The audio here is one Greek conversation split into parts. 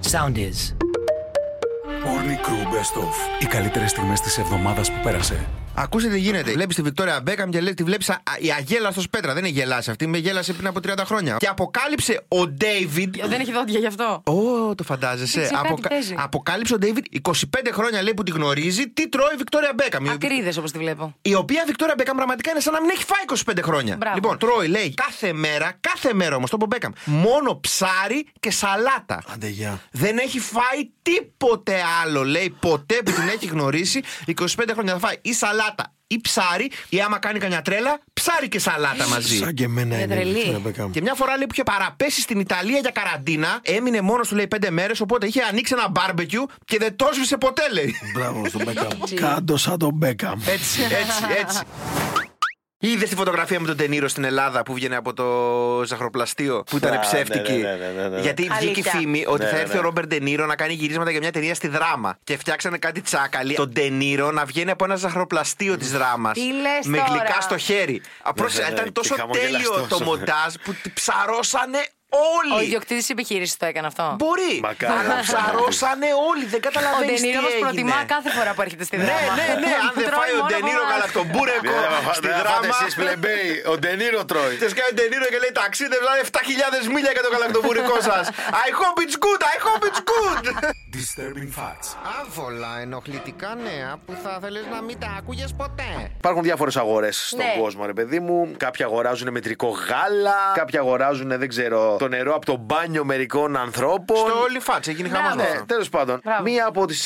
sound is. Morning Crew Best Of. Οι καλύτερες στιγμές της εβδομάδας που πέρασε. Ακούστε τι γίνεται. Βλέπεις τη Βικτόρια Μπέκαμ και λέει τη βλέπεις η αγέλαστος πέτρα. Δεν είναι γελάσει αυτή. Με γέλασε πριν από 30 χρόνια. Και αποκάλυψε ο Ντέιβιντ. Ε, Δεν έχει δόντια γι' αυτό. Ω, το φαντάζεσαι. Εντάξει, κάτι παίζει. Αποκάλυψε ο Ντέιβιντ 25 χρόνια λέει που τη γνωρίζει τι τρώει η Βικτόρια Μπέκαμ. Η- Ακρίδες όπως Ε, τη βλέπω. Η οποία Βικτόρια Μπέκαμ πραγματικά είναι σαν να μην έχει φάει 25 χρόνια. Μπράβο. Λοιπόν, τρώει, λέει, κάθε μέρα, κάθε μέρα όμως, το είπε ο Μπέκαμ, μόνο ψάρι και σαλάτα. Άντε, γεια. Δεν έχει φάει τίποτε άλλο, λέει, ποτέ που την έχει γνωρίσει 25 χρόνια. Θα φάει ή σαλάτα ή ψάρι, ή άμα κάνει κανένα τρέλα, ψάρι και σαλάτα μαζί. Σαν και εμένα Για είναι. τρελή. η Victoria Beckham. Και μια φορά λέει που είχε παραπέσει στην Ιταλία για καραντίνα, έμεινε μόνος του λέει πέντε μέρες, οπότε είχε ανοίξει ένα μπάρμπεκιου και δεν το σβήσε ποτέ, λέει. Μπράβο στον Μπέκαμ. Κάντο σαν τον Μπέκαμ. Ε, Έτσι, έτσι, έτσι. Είδες τη φωτογραφία με τον Τενήρο στην Ελλάδα που βγαίνει από το ζαχροπλαστείο που Α, ήταν ναι, ψεύτικη. ναι, ναι, ναι, ναι, ναι. Γιατί βγήκε η Αλήθεια. φήμη ότι Ναι, θα έρθει ναι. ο Ρόμπερ Ντενήρο να κάνει γυρίσματα για μια ταινία στη δράμα. Και φτιάξανε κάτι τσάκαλι. Τον Ντενήρο να βγαίνει από ένα ζαχροπλαστείο της δράμας. Τι λες Με τώρα. γλυκά στο χέρι. Απρόσεχε, ναι, ναι, ήταν και τόσο τέλειο χαμογελαστός. το μοντάζ που τη ψαρώσανε Ο όλοι. ιδιοκτήτης επιχείρησης το έκανε αυτό. Μπορεί. Μακάρι. Αλλά ψαρώσανε όλοι. Δεν Ο καταλαβαίνει τι Ντενίρο έγινε. μας προτιμά κάθε φορά που έρχεται στη Ναι, δράμα. ναι, ναι. Αν δεν Τρώει φάει ο μόνο Ντενίρο από εμάς. Δεν καλακτομπούρεκο θα φα- στη δεν θα ε, φάτε δράμα. εσείς πλεμπέοι. Ο Ντενίρο τρώει. Τη κάνει Ντενίρο και λέει ταξίδευσα 7.000 μίλια για το καλακτομπούρικό σας. I hope it's good, I hope it's good. Disturbing Facts. Άβολα ενοχλητικά νέα που θα θέλεις να μην τα άκουγες ποτέ. Υπάρχουν διάφορες αγορές στον Ναι. κόσμο, ρε παιδί μου. Κάποιοι αγοράζουν μετρικό γάλα, κάποιοι αγοράζουν, δεν ξέρω, το νερό από το μπάνιο μερικών ανθρώπων. Στο όλη φάτσα, έγινε χαμός. Μπράβο. Ναι, τέλος πάντων. Μπράβο. Μία από τις.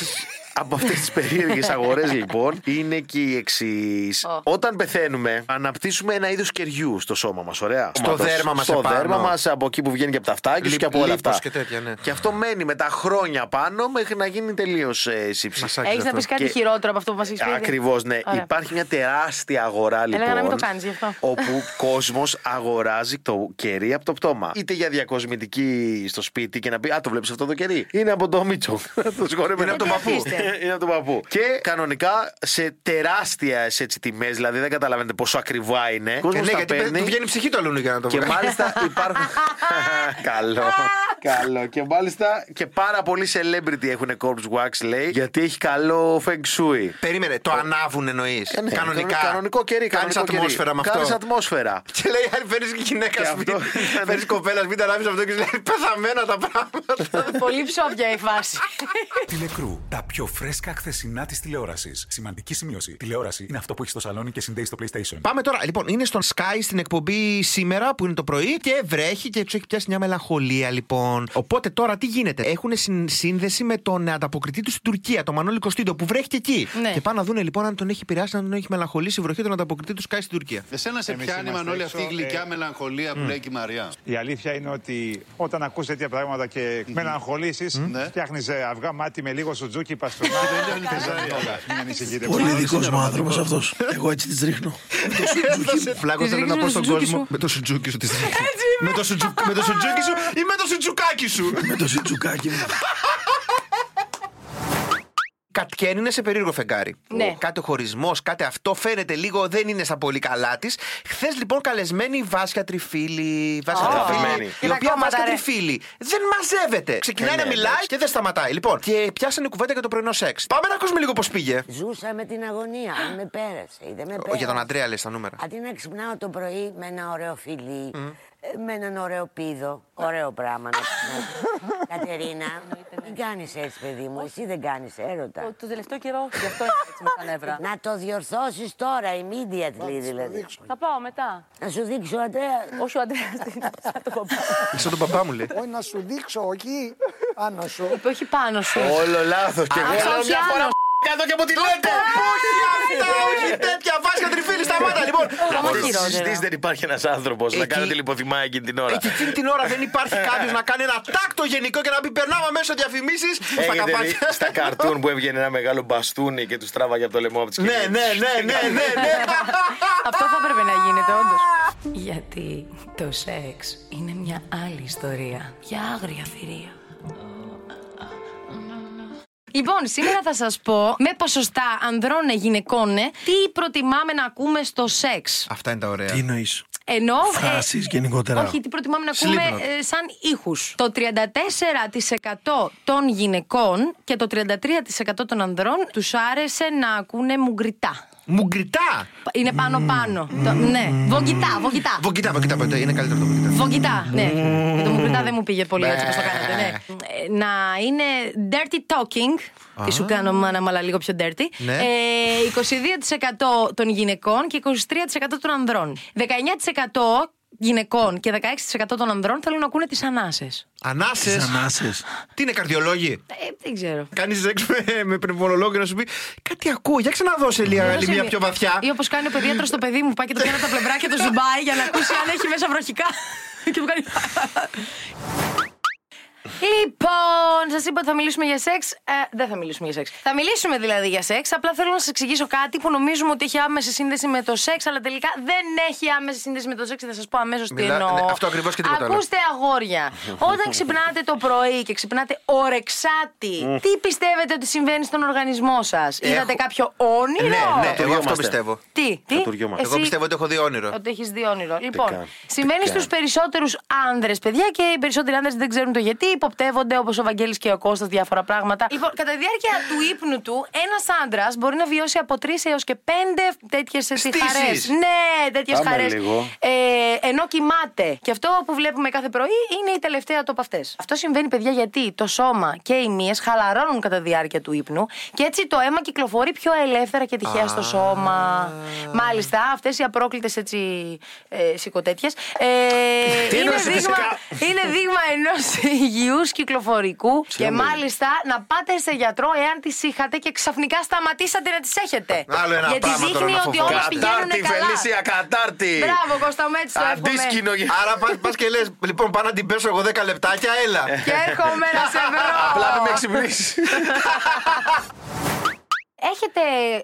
Από αυτές τις περίεργες αγορές, λοιπόν, είναι και η εξής. Ω. Όταν πεθαίνουμε, αναπτύσσουμε ένα είδος κεριού στο σώμα μας, ωραία. Στο δέρμα μας Στο επάνω. δέρμα μας, από εκεί που βγαίνει και από τα αυτάκια σου Λι- και από όλα λίπος αυτά. και τέτοια, ναι. Και αυτό μένει με τα χρόνια πάνω μέχρι να γίνει τελείως ε, σύψη. Έχεις να πεις κάτι Και- χειρότερο από αυτό που μας έχεις πει. Ακριβώς, ναι. Ωραία. Υπάρχει μια τεράστια αγορά Έλεγα λοιπόν. να μην το κάνεις γι' αυτό. Όπου κόσμος αγοράζει το κερί από το πτώμα. Είτε για διακοσμητική στο σπίτι και να πει Α, το βλέπεις αυτό το κερί. Είναι από το Μίτσο. το συγχωρεμένο. Είναι από τον παππού. Είναι από τον παππού. Και κανονικά σε τεράστια τιμές, δηλαδή δεν καταλαβαίνετε πόσο ακριβά Ε, είναι. Και Κόσμο ναι, Ε, τα γιατί παίρνει. του βγαίνει ψυχή το λούνου για να το Και βγάλει. μάλιστα υπάρχουν. καλό. καλό. Και μάλιστα και πάρα πολλοί celebrity έχουν corpse wax, λέει, γιατί έχει καλό feng shui. Περίμενε, το ανάβουν εννοείς. Ε, ναι, Κανονικά. Κανονικό κερί. Κάνεις κανονικό κερί. ατμόσφαιρα με αυτό. Κάνεις ατμόσφαιρα. Και λέει, αν φέρει γυναίκα Και σου, αυτό ήταν- φέρεις κοπέλα, μην τα ανάβεις αυτό και σου λέει πεθαμένα τα πράγματα. Πολύ ψόφια η φάση. Τηλεκρού. Τα πιο φρέσκα χθεσινά της τηλεόρασης. Σημαντική σημείωση. Τηλεόραση είναι αυτό που έχεις στο σαλόνι και συνδέεις στο PlayStation. Πάμε τώρα, λοιπόν, είναι στον Sky στην εκπομπή σήμερα που είναι το πρωί και βρέχει και τους έχει πιάσει μια μελαγχολία, λοιπόν. Οπότε τώρα τι γίνεται. Έχουν σύνδεση με τον ανταποκριτή του στην Τουρκία, τον Μανώλη Κωστίντο, που βρέχει και εκεί. Ναι. Και πάνε να δουν λοιπόν αν τον έχει επηρεάσει, αν τον έχει μελαγχολήσει η βροχή τον ανταποκριτή του Sky στην Τουρκία. Εσένα σε πιάνει, Μανώλη, αυτή η γλυκιά μελαγχολία που λέει και η Μαρία. Η αλήθεια είναι ότι όταν ακούς τέτοια πράγματα και μελαγχολήσεις, Ναι. φτιάχνεις ε, αυγά μάτι με λίγο σουτζούκι παστούνι. Δεν είναι Ζαρνιόγα. Μην ανησυχείτε. Πολύ δικό μου άνθρωπος αυτός. Εγώ έτσι τη ρίχνω. Φλάκο, Της θέλω να ρίχνεις πω με στον το σουτζούκι κόσμο. σου. Με το σουτζούκι σου τη Με το σουτζου- με το σουτζούκι σου ή με το σουτζουκάκι σου. Με το σιτζουκάκι μου. Κατκέν είναι σε περίεργο φεγγάρι. Ναι. Κάτι χωρισμός, κάτι αυτό φαίνεται λίγο δεν είναι στα πολύ καλά της. Χθες λοιπόν καλεσμένη η Βάσια Τριφίλη. η Βάσια Ω, Τριφίλη. και Η τα οποία κόμματα, Βάσια ρε. Τριφίλη δεν μαζεύεται. Ξεκινάει Ε, ναι, να μιλάει εντάξει. και δεν σταματάει. Λοιπόν, και πιάσανε κουβέντα για το πρωινό σεξ. Πάμε να ακούσουμε λίγο πώς πήγε. Ζούσα με την αγωνία. Αν με πέρασε ή δεν με πέρασε. Για τον Αντρέα λες τα νούμερα. Αντί να ξυπνάω το πρωί με ένα ωραίο φιλί, ε, με έναν ωραίο πίδο, ωραίο πράγμα να ξυπνάω. Κατερίνα, μην κάνεις έτσι, παιδί μου. Εσύ δεν κάνεις έρωτα. Το τελευταίο καιρό όχι, γι' αυτό είναι έτσι με τα νεύρα. Να το διορθώσεις τώρα, η media τη δηλαδή. Θα πάω μετά. Να σου δείξω, Αντρέα. Όσο ο Αντρέας θα το κοπεί. Σαν τον παπά μου λέει. να σου δείξω εκεί πάνω σου. Είπε όχι πάνω σου. Όλο λάθος. Και εγώ Άκουσα λέω όχι μια άλλο. φορά κάτω και μου τη λέτε. Όχι αυτά, όχι τέτοια. Βάσια Τριφίλη, σταμάτα λοιπόν. Ακόμα Αυτές τις χειρότερα. συζητήσεις δεν υπάρχει ένας άνθρωπος να Εκεί- κάνει τη λιποθυμά εκείνη την ώρα. Εκεί εκείνη την ώρα δεν υπάρχει κάποιος να κάνει ένα τάκτο γενικό και να πει περνάμε μέσω διαφημίσει. Έχετε δει στα καρτούν που έβγαινε ένα μεγάλο μπαστούνι και τους τράβαγε από το λαιμό από τις Ναι, ναι, ναι, ναι, ναι, ναι. Αυτό θα έπρεπε να γίνεται, όντως. Γιατί το σεξ είναι μια άλλη ιστορία. Για άγρια θηρία. Λοιπόν, σήμερα θα σας πω με ποσοστά ανδρώνε γυναικώνε τι ε, προτιμάμε να ακούμε στο σεξ. Αυτά είναι τα ωραία. Τι εννοείς. Ενώ. ε, Φράσεις γενικότερα. Όχι, τι προτιμάμε να ακούμε Slipknot. ε, σαν ήχους. Το 34% των γυναικών και το 33% των ανδρών τους άρεσε να ακούνε μουγκριτά. Μουγκριτά! Είναι πάνω-πάνω. Το- Ναι. Βογγιτά, βογγιτά. Βογκητά, βογκητά, βογκητά. Είναι καλύτερο αυτό. βογκητά. Βογγιτά, ναι. Με το μουγκριτά δεν μου πήγε πολύ Μπε. έτσι όπως το κάνατε, ναι. Ε, Να είναι dirty talking. Α. Τι σου κάνω, μάνα, μου, αλλά λίγο πιο dirty. Ναι. Ε, 22% των γυναικών και 23% των ανδρών. 19% γυναικών και 16% των ανδρών θέλουν να ακούνε τις ανάσες. Ανάσες. Ανάσες. Τι είναι καρδιολόγοι. Ε, δεν ξέρω. Κάνεις σεξ με, με πνευμονολόγο να σου πει Κάτι ακούω. Για ξαναδώσε λίγα, Δώσε λίγα μια- πιο βαθιά. Ή όπως κάνει ο παιδίατρος στο παιδί μου, πάει και το πιάνει από τα πλευρά και το ζουμπάει για να ακούσει αν έχει μέσα βροχικά. και μου κάνει... Λοιπόν, σας είπα ότι θα μιλήσουμε για σεξ. Ε, δεν θα μιλήσουμε για σεξ. Θα μιλήσουμε δηλαδή για σεξ. Απλά θέλω να σας εξηγήσω κάτι που νομίζουμε ότι έχει άμεση σύνδεση με το σεξ, αλλά τελικά δεν έχει άμεση σύνδεση με το σεξ. Θα σας πω αμέσως τι Μιλά- εννοώ. ναι, αυτό ακριβώς και τίποτα άλλο. Ακούστε, αγόρια, όταν ξυπνάτε το πρωί και ξυπνάτε ορεξάτη, τι πιστεύετε ότι συμβαίνει στον οργανισμό σας. Είδατε κάποιο Ναι, όνειρο. ναι, εγώ αυτό Κατουριόμαστε. πιστεύω. Τι, τι. Κατουριόμαστε. Εγώ πιστεύω ότι έχω δει όνειρο. Ότι έχεις δει όνειρο. Λοιπόν, κάνω, συμβαίνει τι κάνω. στου περισσότερους άνδρες, παιδιά, και οι περισσότεροι άνδρες δεν ξέρουν το γιατί. Υποπτεύονται όπως ο Βαγγέλης και ο Κώστας διάφορα πράγματα. Λοιπόν, κατά τη διάρκεια του ύπνου του, ένας άνδρα μπορεί να βιώσει από τρεις έως και πέντε τέτοιες Στήσεις. χαρέ. Ναι, τέτοιες Πάμε χαρέ. λίγο. Ε, ενώ κοιμάται. Και αυτό που βλέπουμε κάθε πρωί είναι η τελευταία του από αυτές. Αυτό συμβαίνει, παιδιά, γιατί το σώμα και οι μύες χαλαρώνουν κατά τη διάρκεια του ύπνου και έτσι το αίμα κυκλοφορεί πιο ελεύθερα και τυχαία στο σώμα. Μάλιστα, αυτές οι απρόκλητες έτσι ε, σηκωτέτιες. Ε, Τι είναι, εννοείς, δείγμα, φυσικά. είναι δείγμα ενός υγιού κυκλοφορικού. και μάλιστα να πάτε σε γιατρό εάν τις είχατε και ξαφνικά σταματήσατε να τις έχετε. Άλλο ένα Γιατί πράγμα τώρα δείχνει να ότι φοβάμαι. όλα πηγαίνουν Κατάρτη, καλά. Φελίσια, κατάρτη. Μπράβο, Κώστα μου, έτσι το εύχομαι. Αντίσκηνο για. Άρα πας πας και λες: Λοιπόν, πάω να την πέσω εγώ 10 λεπτάκια, έλα. Και έρχομαι να σε βρω. Απλά μην με ξυπνήσεις. Έχετε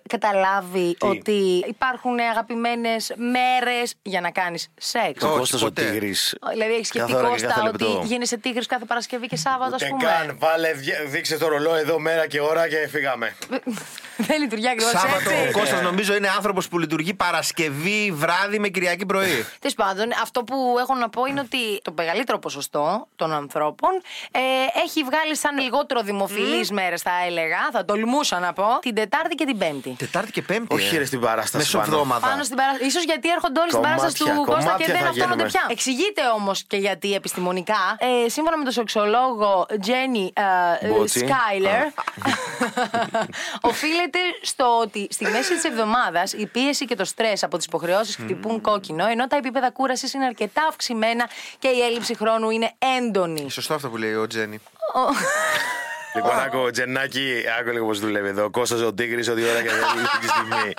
καταλάβει ότι υπάρχουν αγαπημένες μέρες για να κάνεις σεξ. Όχι, Κώστας ποτέ. Τίγρης. Δηλαδή έχεις σκεφτεί Κάθε ώρα και Κώστα κάθε ότι λεπτό. γίνεσαι τίγρης κάθε Παρασκευή και Σάββατο, α Ούτε πούμε. καν. Βάλε, βγε- δείξε το ρολό εδώ μέρα και ώρα και φύγαμε. Δεν λειτουργεί ακριβώς Σάββατο ο έτσι. Ε, Κώστας νομίζω είναι άνθρωπος που λειτουργεί Παρασκευή βράδυ με Κυριακή πρωί. Τέλος πάντων, αυτό που έχω να πω είναι ότι το μεγαλύτερο ποσοστό των ανθρώπων ε, έχει βγάλει σαν λιγότερο δημοφιλείς μέρες, θα έλεγα, θα τολμούσα να πω, την Τετάρτη και την Πέμπτη. Τετάρτη και Πέμπτη. Όχι, ε. ρε, στην παράσταση Μεσοβδόμαδα. Πάνω στην παράσταση. σω γιατί έρχονται όλοι στην Κομμάτια, παράσταση του Κώστα και κομμάτια δεν θα αυτόνονται γίνουμε. πια. Εξηγείται όμως και γιατί επιστημονικά. Ε, σύμφωνα με τον σεξολόγο Τζένι ε, ε, Μπότσι. Σκάιλερ, οφείλεται στο ότι στη μέση της εβδομάδας η πίεση και το στρες από τις υποχρεώσεις χτυπούν κόκκινο, ενώ τα επίπεδα κούρασης είναι αρκετά αυξημένα και η έλλειψη χρόνου είναι έντονη. Ε, Σωστό αυτό που λέει ο Τζένι. Λοιπόν, άκου, Τζενάκι, άκου λίγο πώς δουλεύει εδώ. Κώστας ο Τίγρης, ό,τι ώρα και δεν τη στιγμή.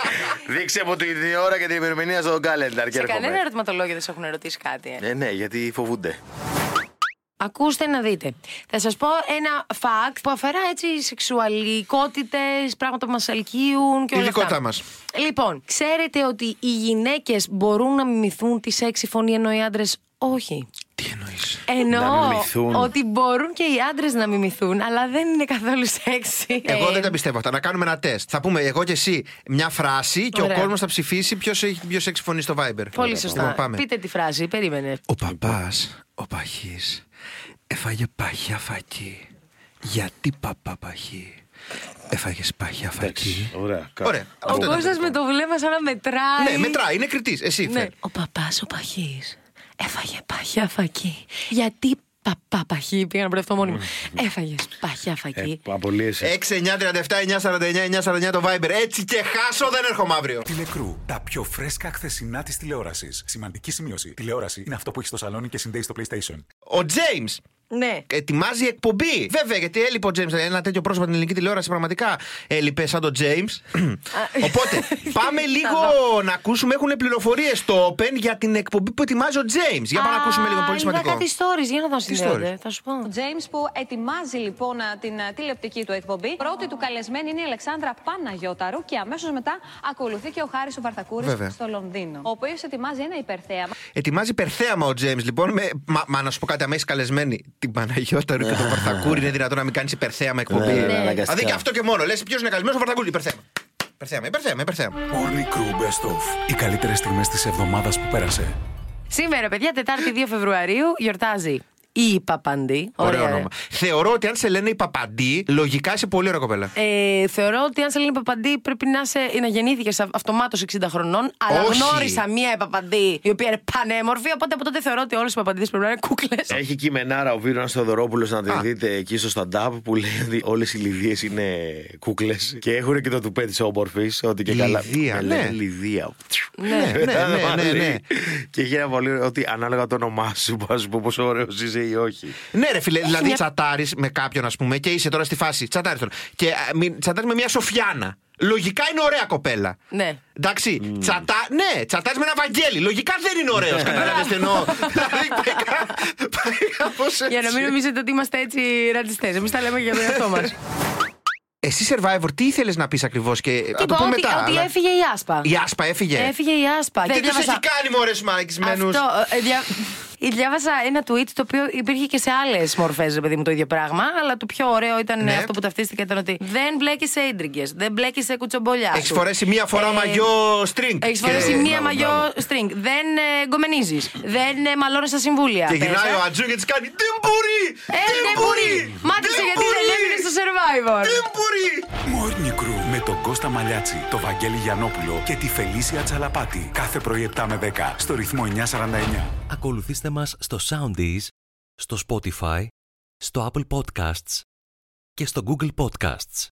Δείξε μου την ώρα και την ημερομηνία στο καλένταρ και Σε κανένα έρχομαι. ερωτηματολόγιο δεν σε έχουν ερωτήσει κάτι. ε. Ναι, ναι, γιατί φοβούνται. Ακούστε να δείτε. Θα σας πω ένα fact που αφορά έτσι σεξουαλικότητες, πράγματα που μας αλκύουν και όλα Ειδικότητά αυτά. μας. Λοιπόν, ξέρετε ότι οι γυναίκες μπορούν να μιμηθούν τη σεξι φωνή ενώ οι άντρες όχι. Τι εννοείς. Εννοώ μιμηθούν. ότι μπορούν και οι άντρες να μιμηθούν, αλλά δεν είναι καθόλου σεξι. Εγώ δεν τα πιστεύω αυτά. Να κάνουμε ένα τεστ. Θα πούμε εγώ και εσύ μια φράση και ο Ωραία. κόσμος θα ψηφίσει ποιος έχει την πιο σεξ φωνή στο Viber. Πολύ σωστά. Λοιπόν, πάμε. Πείτε τη φράση, περίμενε. Ο παπάς, ο παχής, έφαγε παχιά φακή. Γιατί παπά παχή, έφαγες παχιά φακή. Ωραία. Ωραία. Ο Αυτό ήταν. Κώστας με το βλέμμα σαν να μετράει. Ναι, μετρά, είναι κριτής. Εσύ, Ναι. Φερ. Ο παπάς ο παχής έφαγε παχιά φακή. Γιατί παπά παχή, πήγα να μπερδευτώ μόνη μου. Έφαγε παχιά Ε, φακή. 6-9-37-9-49-9-49 το Viber. Έτσι και χάσω, δεν έρχομαι αύριο. Τηλεκρού. Τα πιο φρέσκα χθεσινά της τηλεόρασης. Σημαντική σημείωση. Τηλεόραση είναι αυτό που έχεις στο σαλόνι και συνδέεις στο PlayStation. Ο Τζέιμ Ναι. ετοιμάζει εκπομπή. Βέβαια, γιατί έλειπε ο Τζέιμ. Ένα τέτοιο πρόσωπο στην ελληνική τηλεόραση πραγματικά έλειπε σαν τον Τζέιμ. Οπότε, πάμε λίγο να ακούσουμε. Έχουν πληροφορίες στο Open για την εκπομπή που ετοιμάζει ο Τζέιμ. Για πάμε να ακούσουμε λίγο, πολύ Είδα σημαντικό. κάτι stories, για να δω συνδέονται. stories? Θα σου πω. Ο James που ετοιμάζει λοιπόν α, την α, τηλεοπτική του εκπομπή. Πρώτη του καλεσμένη είναι η Αλεξάνδρα Παναγιώταρου και αμέσως μετά ακολουθεί και ο Χάρης ο Βέβαια. Βαρθακούρη στο Λονδίνο. Ο οποίος ετοιμάζει ένα υπερθέαμα. Ετοιμάζει περθέαμα ο Τζέιμ, λοιπόν. Με, μα, μα, να σου πω κάτι, αμέσω καλεσμένη την Παναγιώτα Ρου και τον Βαρθακούρη, είναι δυνατόν να μην κάνεις υπερθέαμα εκπομπή. Ναι, ναι, ναι, Δηλαδή αναγκαστικά. και αυτό και μόνο. Λες ποιος είναι καλεσμένο, ο Βαρθακούρη. Υπερθέαμα. Υπερθέαμα, υπερθέαμα, υπερθέαμα. Morning Crew Best Of. Οι καλύτερες στιγμές της εβδομάδας που πέρασε. Σήμερα, παιδιά, Τετάρτη 2 Φεβρουαρίου γιορτάζει η Παπαντή. Ωραίο Ωραία, όνομα. Θεωρώ ότι αν σε λένε η Παπαντή, λογικά είσαι πολύ ωραία κοπέλα. Ε, θεωρώ ότι αν σε λένε Παπαντή πρέπει να, σε, να γεννήθηκες αυτομάτω 60 χρονών. Αλλά Όχι. γνώρισα μία Παπαντή η οποία είναι πανέμορφη. Οπότε από τότε θεωρώ ότι όλες οι Παπαντίδες πρέπει να είναι κούκλες. Ε, Έχει κειμενάρα ο Βίρονας Θεοδωρόπουλος να τη δείτε εκεί στο stand-up που λέει ότι όλες οι λιδίες είναι κούκλες και έχουν και το τουπέ της όμορφης. Ότι και καλά. Λιδία, με ναι. λένε Λιδία. Ναι, ναι, Μετά το ναι, ναι, μαζί. ναι. Και έχει ένα πολύ ωραίο ότι ανάλογα το όνομά σου, μπορεί να σου πω πόσο ωραίος είσαι ή όχι. Ναι, ρε φίλε, δηλαδή μια- τσατάρεις με κάποιον, ας πούμε, και είσαι τώρα στη φάση. Τσατάρεις τώρα. Και α, μην- τσατάρεις με μια Σοφιάνα. Λογικά είναι ωραία κοπέλα. Ναι. Εντάξει, τσατά, ναι, τσατάρεις με ένα Βαγγέλη. Λογικά δεν είναι ωραίο. Κατάλαβε τι εννοώ. Για να μην νομίζετε ότι είμαστε έτσι ρατσιστές. Εμείς τα λέμε για τον εαυτό μας. Εσύ, survivor, τι ήθελες να πεις ακριβώς και. θα το Είπα πω ότι, μετά. ότι αλλά- έφυγε η Άσπα. Η Άσπα έφυγε. Έφυγε η Άσπα. Τι Και του έχει διάβασα- κάνει, μωρέ, μαγκισμένου. Αυτό. ε, δια- ε, Διάβασα ένα tweet το οποίο υπήρχε και σε άλλες μορφές, ρε παιδί μου, το ίδιο πράγμα. Αλλά το πιο ωραίο ήταν Ναι. αυτό που ταυτίστηκε ήταν ότι δεν μπλέκεις σε ίντριγκε, δεν μπλέκεις σε κουτσομπολιά. Έχεις φορέσει μία φορά μαγιό string. Έχεις Και- Ε, φορέσει μία Μπράβο, μαγιό μπράβο. string. Δεν ε, γκομενίζεις. Δεν ε, μαλώνεις στα συμβούλια. Και Πες, γυρνάει ε. ο Ατζού και της κάνει Δεν μπορεί! Ε, δεν μπορεί! Μάτισε γιατί δεν έμεινες στο survivor. Morning Crew με τον Κώστα Μαλιάτση, τον Βαγγέλη Γιανόπουλο και τη Φελίσια Τσαλαπάτη. Κάθε πρωί 7 με 10 στο ρυθμό 949. Ακολουθήστε μας στο Soundees, στο Spotify, στο Apple Podcasts και στο Google Podcasts.